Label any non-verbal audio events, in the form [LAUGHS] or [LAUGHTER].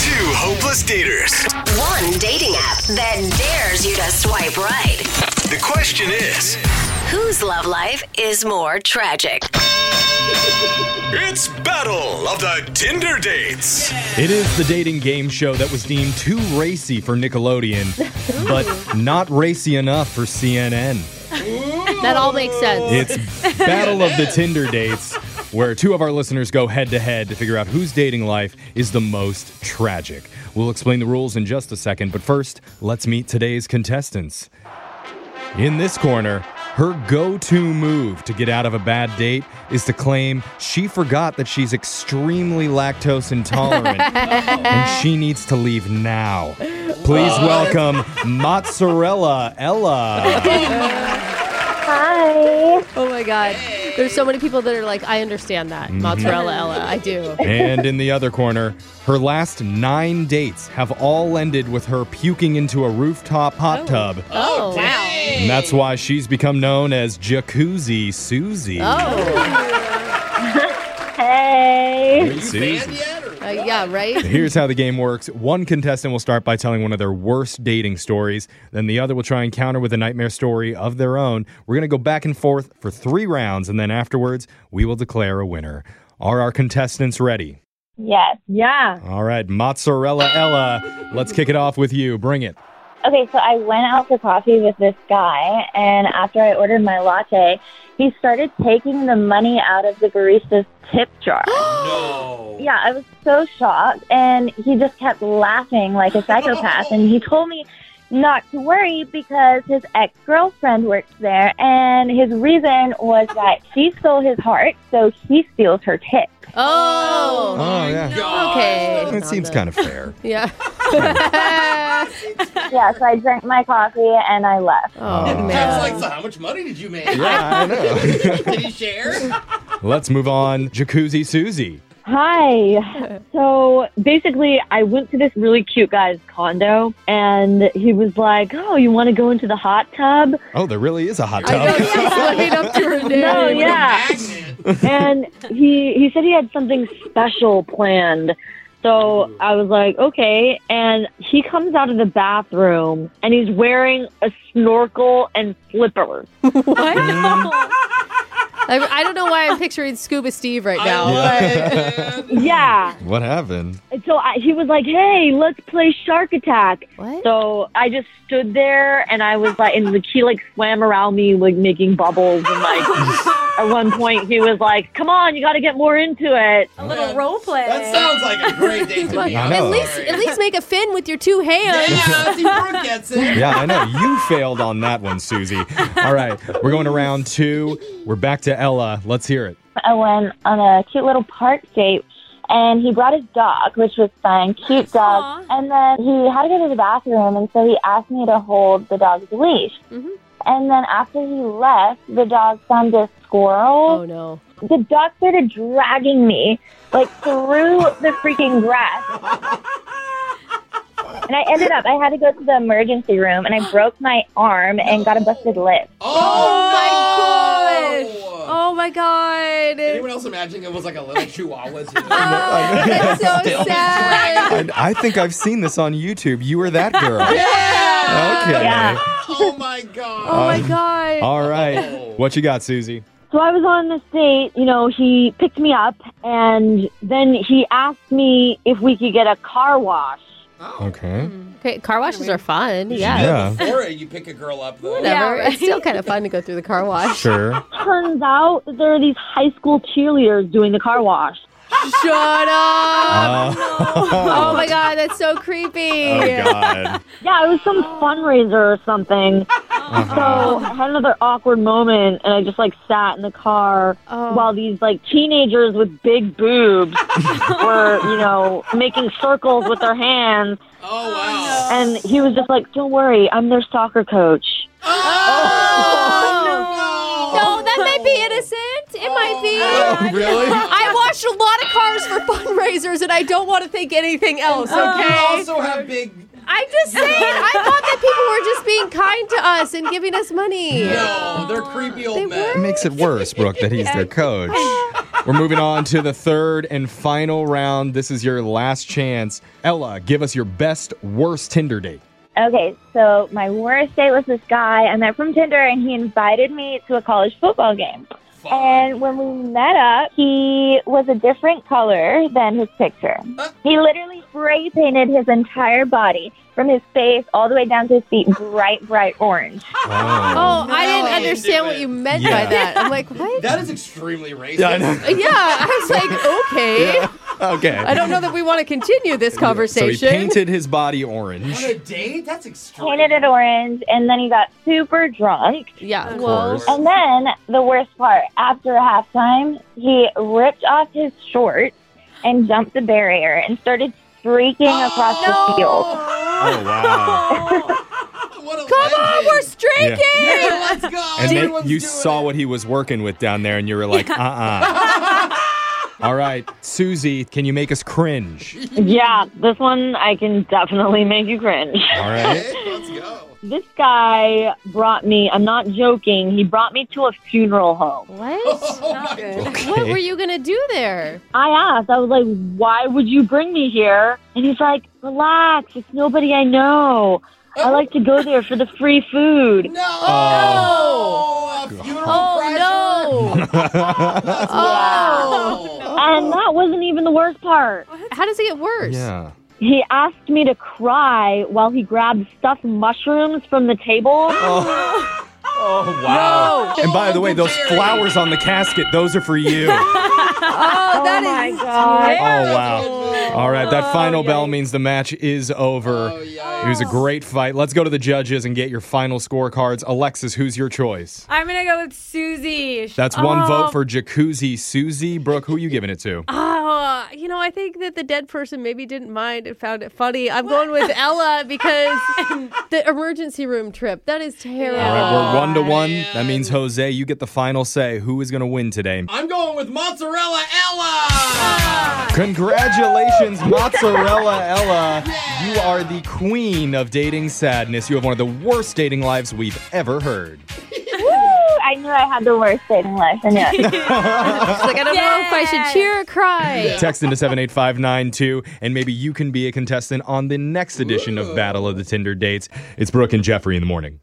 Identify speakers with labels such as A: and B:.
A: Hopeless daters.
B: One dating app that dares you to swipe right.
A: The question is,
B: Whose love life is more tragic?
A: it's battle of the Tinder dates.
C: It is the dating game show that was deemed too racy for Nickelodeon,
D: [LAUGHS]
C: but not racy enough for CNN.
D: That all makes sense.
C: It's Battle of the Tinder Dates, where two of our listeners go head to head to figure out whose dating life is the most tragic. We'll explain the rules in just a second, but first, let's meet today's contestants. In this corner, her go to move to get out of a bad date is to claim she forgot that she's extremely lactose intolerant and she needs to leave now. Please welcome Mozzarella Ella.
E: Hi.
D: oh my God. There's so many people that are like, I understand that. Mozzarella Ella, I do.
C: and in the other corner, her last nine dates have all ended with her puking into a rooftop hot tub.
D: Oh, wow.
C: And that's why she's become known as Jacuzzi Susie.
D: Oh,
E: Hey.
C: Susie.
D: uh, yeah, right?
C: Here's how the game works. One contestant will start by telling one of their worst dating stories. Then the other will try and counter with a nightmare story of their own. We're going to go back and forth for three rounds, and then afterwards, we will declare a winner. Are our contestants ready?
E: Yes. Yeah.
C: All right, Mozzarella Ella, let's kick it off with you. Bring it.
E: Okay, so I went out for coffee with this guy, and after I ordered my latte, he started taking the money out of the barista's tip jar. no. Yeah, I was so shocked, and he just kept laughing like a psychopath, and he told me not to worry because his ex girlfriend works there, and his reason was that she stole his heart, so he steals her tip.
D: Oh,
C: Oh, yeah.
D: okay.
C: It seems kind of fair.
D: Yeah.
E: yeah, so I drank my coffee and I left.
D: oh,
C: Uh,
F: I
D: man.
F: was like, so how much money did you make?
C: yeah, I know.
F: Did he
C: [LAUGHS]
F: share?
C: Let's move on. Jacuzzi Susie.
G: Hi. So basically, I went to this really cute guy's condo, and he was like, "Oh, you want to go into the hot tub?"
C: Oh, there really is a hot
D: I
C: tub.
D: know she's looking up to her name.
G: No, Oh,
D: [LAUGHS]
G: yeah.
F: Magnet.
G: [LAUGHS] and he he said he had something special planned. So I was like, "Okay." And he comes out of the bathroom, and he's wearing a snorkel and flippers.
D: What? I, I don't know why I'm picturing Scuba Steve right now.
F: I love it.
G: Yeah.
C: [LAUGHS] What happened?
G: And so I, he was like, "Hey, let's play Shark Attack."
D: What?
G: So I just stood there and I was like, and like, he like swam around me, like making bubbles.
D: [LAUGHS]
G: And like, at one point, he was like, come on, you got to get more into it.
H: A little role play.
F: That sounds like a
D: [LAUGHS]
F: great date to me.
C: I
F: I'm
C: know.
D: [LAUGHS] At least,
F: sorry.
D: at least make a fin with your two hands.
F: Yeah, see, Brooke gets it.
C: Yeah, I know. You failed on that one, Susie. All right, we're going to round two. We're back to Ella. Let's hear it.
E: I went on a cute little park date, and he brought his dog, which was fun, cute dog. And then he had to go to the bathroom, and so he asked me to hold the dog's leash.
D: Mhm.
E: And then after he left, the dog found a
D: Oh,
E: squirrel.
D: no.
E: The dog started dragging me like through the freaking grass. And I ended up, I had to go to the emergency room and I broke my arm and got a busted lip.
F: Oh,
D: my
F: no.
D: Oh, my God.
F: Anyone else imagining it was like a little
D: [LAUGHS]
F: chihuahua? too?
D: Oh, that's so sad.
C: I, I think I've seen this on YouTube. You were that
D: [LAUGHS]
C: girl. Okay.
F: Oh my god.
D: Oh,
C: Uh, Um,
D: my God.
C: All right. What you got, Susie?
G: So I was on this date, you know, he picked me up and then he asked me if we could get a car wash.
F: Oh.
C: Okay.
D: Okay, car washes are fun. Yeah.
C: Yeah.
F: Before you pick a girl up though.
D: Whatever.
H: Yeah, right.
D: It's still kind of fun to go through the car wash.
C: Sure.
G: Turns out that there are these high school cheerleaders doing the car wash.
D: [LAUGHS] Shut
C: Uh,
D: up. oh my god, that's so creepy.
C: oh, God.
G: Yeah, it was some fundraiser or something.
C: Uh-huh.
G: So I had another awkward moment, and I just like sat in the car
D: Oh.
G: while these like teenagers with big boobs were, you know, making circles with their hands.
F: Oh wow.
G: And he was just like, "Don't worry, I'm their soccer coach."
F: Oh,
D: No, that might be innocent. It might be.
C: Oh, really?
D: I watched a lot of cars for fundraisers and I don't want to think anything else, [LAUGHS]
F: You
D: okay?
F: also have big.
D: I'm just saying, I thought that people were just being kind to us and giving us money.
F: No, they're creepy old
D: They
F: men.
C: It makes it worse, Brooke, that he's their coach. We're moving on to the third and final round. This is your last chance. Ella, give us your best, worst Tinder date.
E: Okay, so my worst date was this guy. I met from Tinder, and he invited me to a college football game. And when we met up, he was a different color than his picture. He literally spray painted his entire body, from his face all the way down to his feet, bright, bright orange.
D: Oh, I
F: No.
D: didn't understand what you meant
C: Yeah.
D: by that. I'm like, what?
F: That is extremely racist.
C: Yeah, I know. [LAUGHS]
D: yeah, I was like, okay.
C: Okay.
D: I don't know that we want to continue this
C: So he
D: conversation.
C: painted his body
F: On
C: orange.
F: a date? That's extreme.
E: Painted it orange, and then he got super drunk.
D: yeah,
C: course.
D: well,
E: And then the worst part, after halftime, he ripped off his shorts and jumped the barrier and started streaking across the field.
C: [LAUGHS] Oh, wow.
F: What a
D: come on,
F: legend.
D: we're streaking.
F: Yeah, let's go.
C: And then
F: Everyone's
C: you
F: doing
C: saw
F: it.
C: what he was working with down there, and you were like, uh uh. All right, Susie, can you make us cringe?
G: Yeah, this one I can definitely make you cringe.
C: All right.
F: Okay, Let's go.
G: This guy brought me, I'm not joking, he brought me to a funeral home.
D: [LAUGHS] What?
F: Oh my God.
C: [LAUGHS]
D: What
C: Okay.
D: were you gonna do there?
G: I asked, I was like, why would you bring me here? And he's like, relax, it's nobody I know. I like to go there for the free food.
F: No.
C: Oh.
F: A funeral pressure.
D: Oh no!
F: Wow.
G: And that wasn't even the worst part.
D: [LAUGHS] How does it get worse?
C: yeah.
G: He asked me to cry while he grabbed stuffed mushrooms from the table.
C: Oh, wow. And by the way, those flowers on the casket, those are for you. Oh,
D: Oh, that is
C: wow. All right, that final bell means the match is over.
F: Oh, yeah.
C: It was a great fight. Let's go to the judges and get your final scorecards. Alexis, who's your choice?
H: I'm gonna go with Susie.
C: That's one vote for Jacuzzi Susie. Brooke, who you giving it to?
D: Oh, you know, I think that the dead person maybe didn't mind and found it funny. I'm going with [LAUGHS] Ella because the emergency room trip. That is terrible.
C: All right, we're one to one. That means Jose, you get the final say. Who is going to win today?
F: I'm going with mozzarella Ella.
C: Congratulations, Mozzarella Ella. You are the queen of dating sadness. You have one of the worst dating lives we've ever heard.
E: I knew I had the worst dating life, and it.
D: She's like, I don't know if I should cheer or cry.
C: Text into 78592, and maybe you can be a contestant on the next edition of Battle of the Tinder Dates. It's Brooke and Jeffrey in the morning.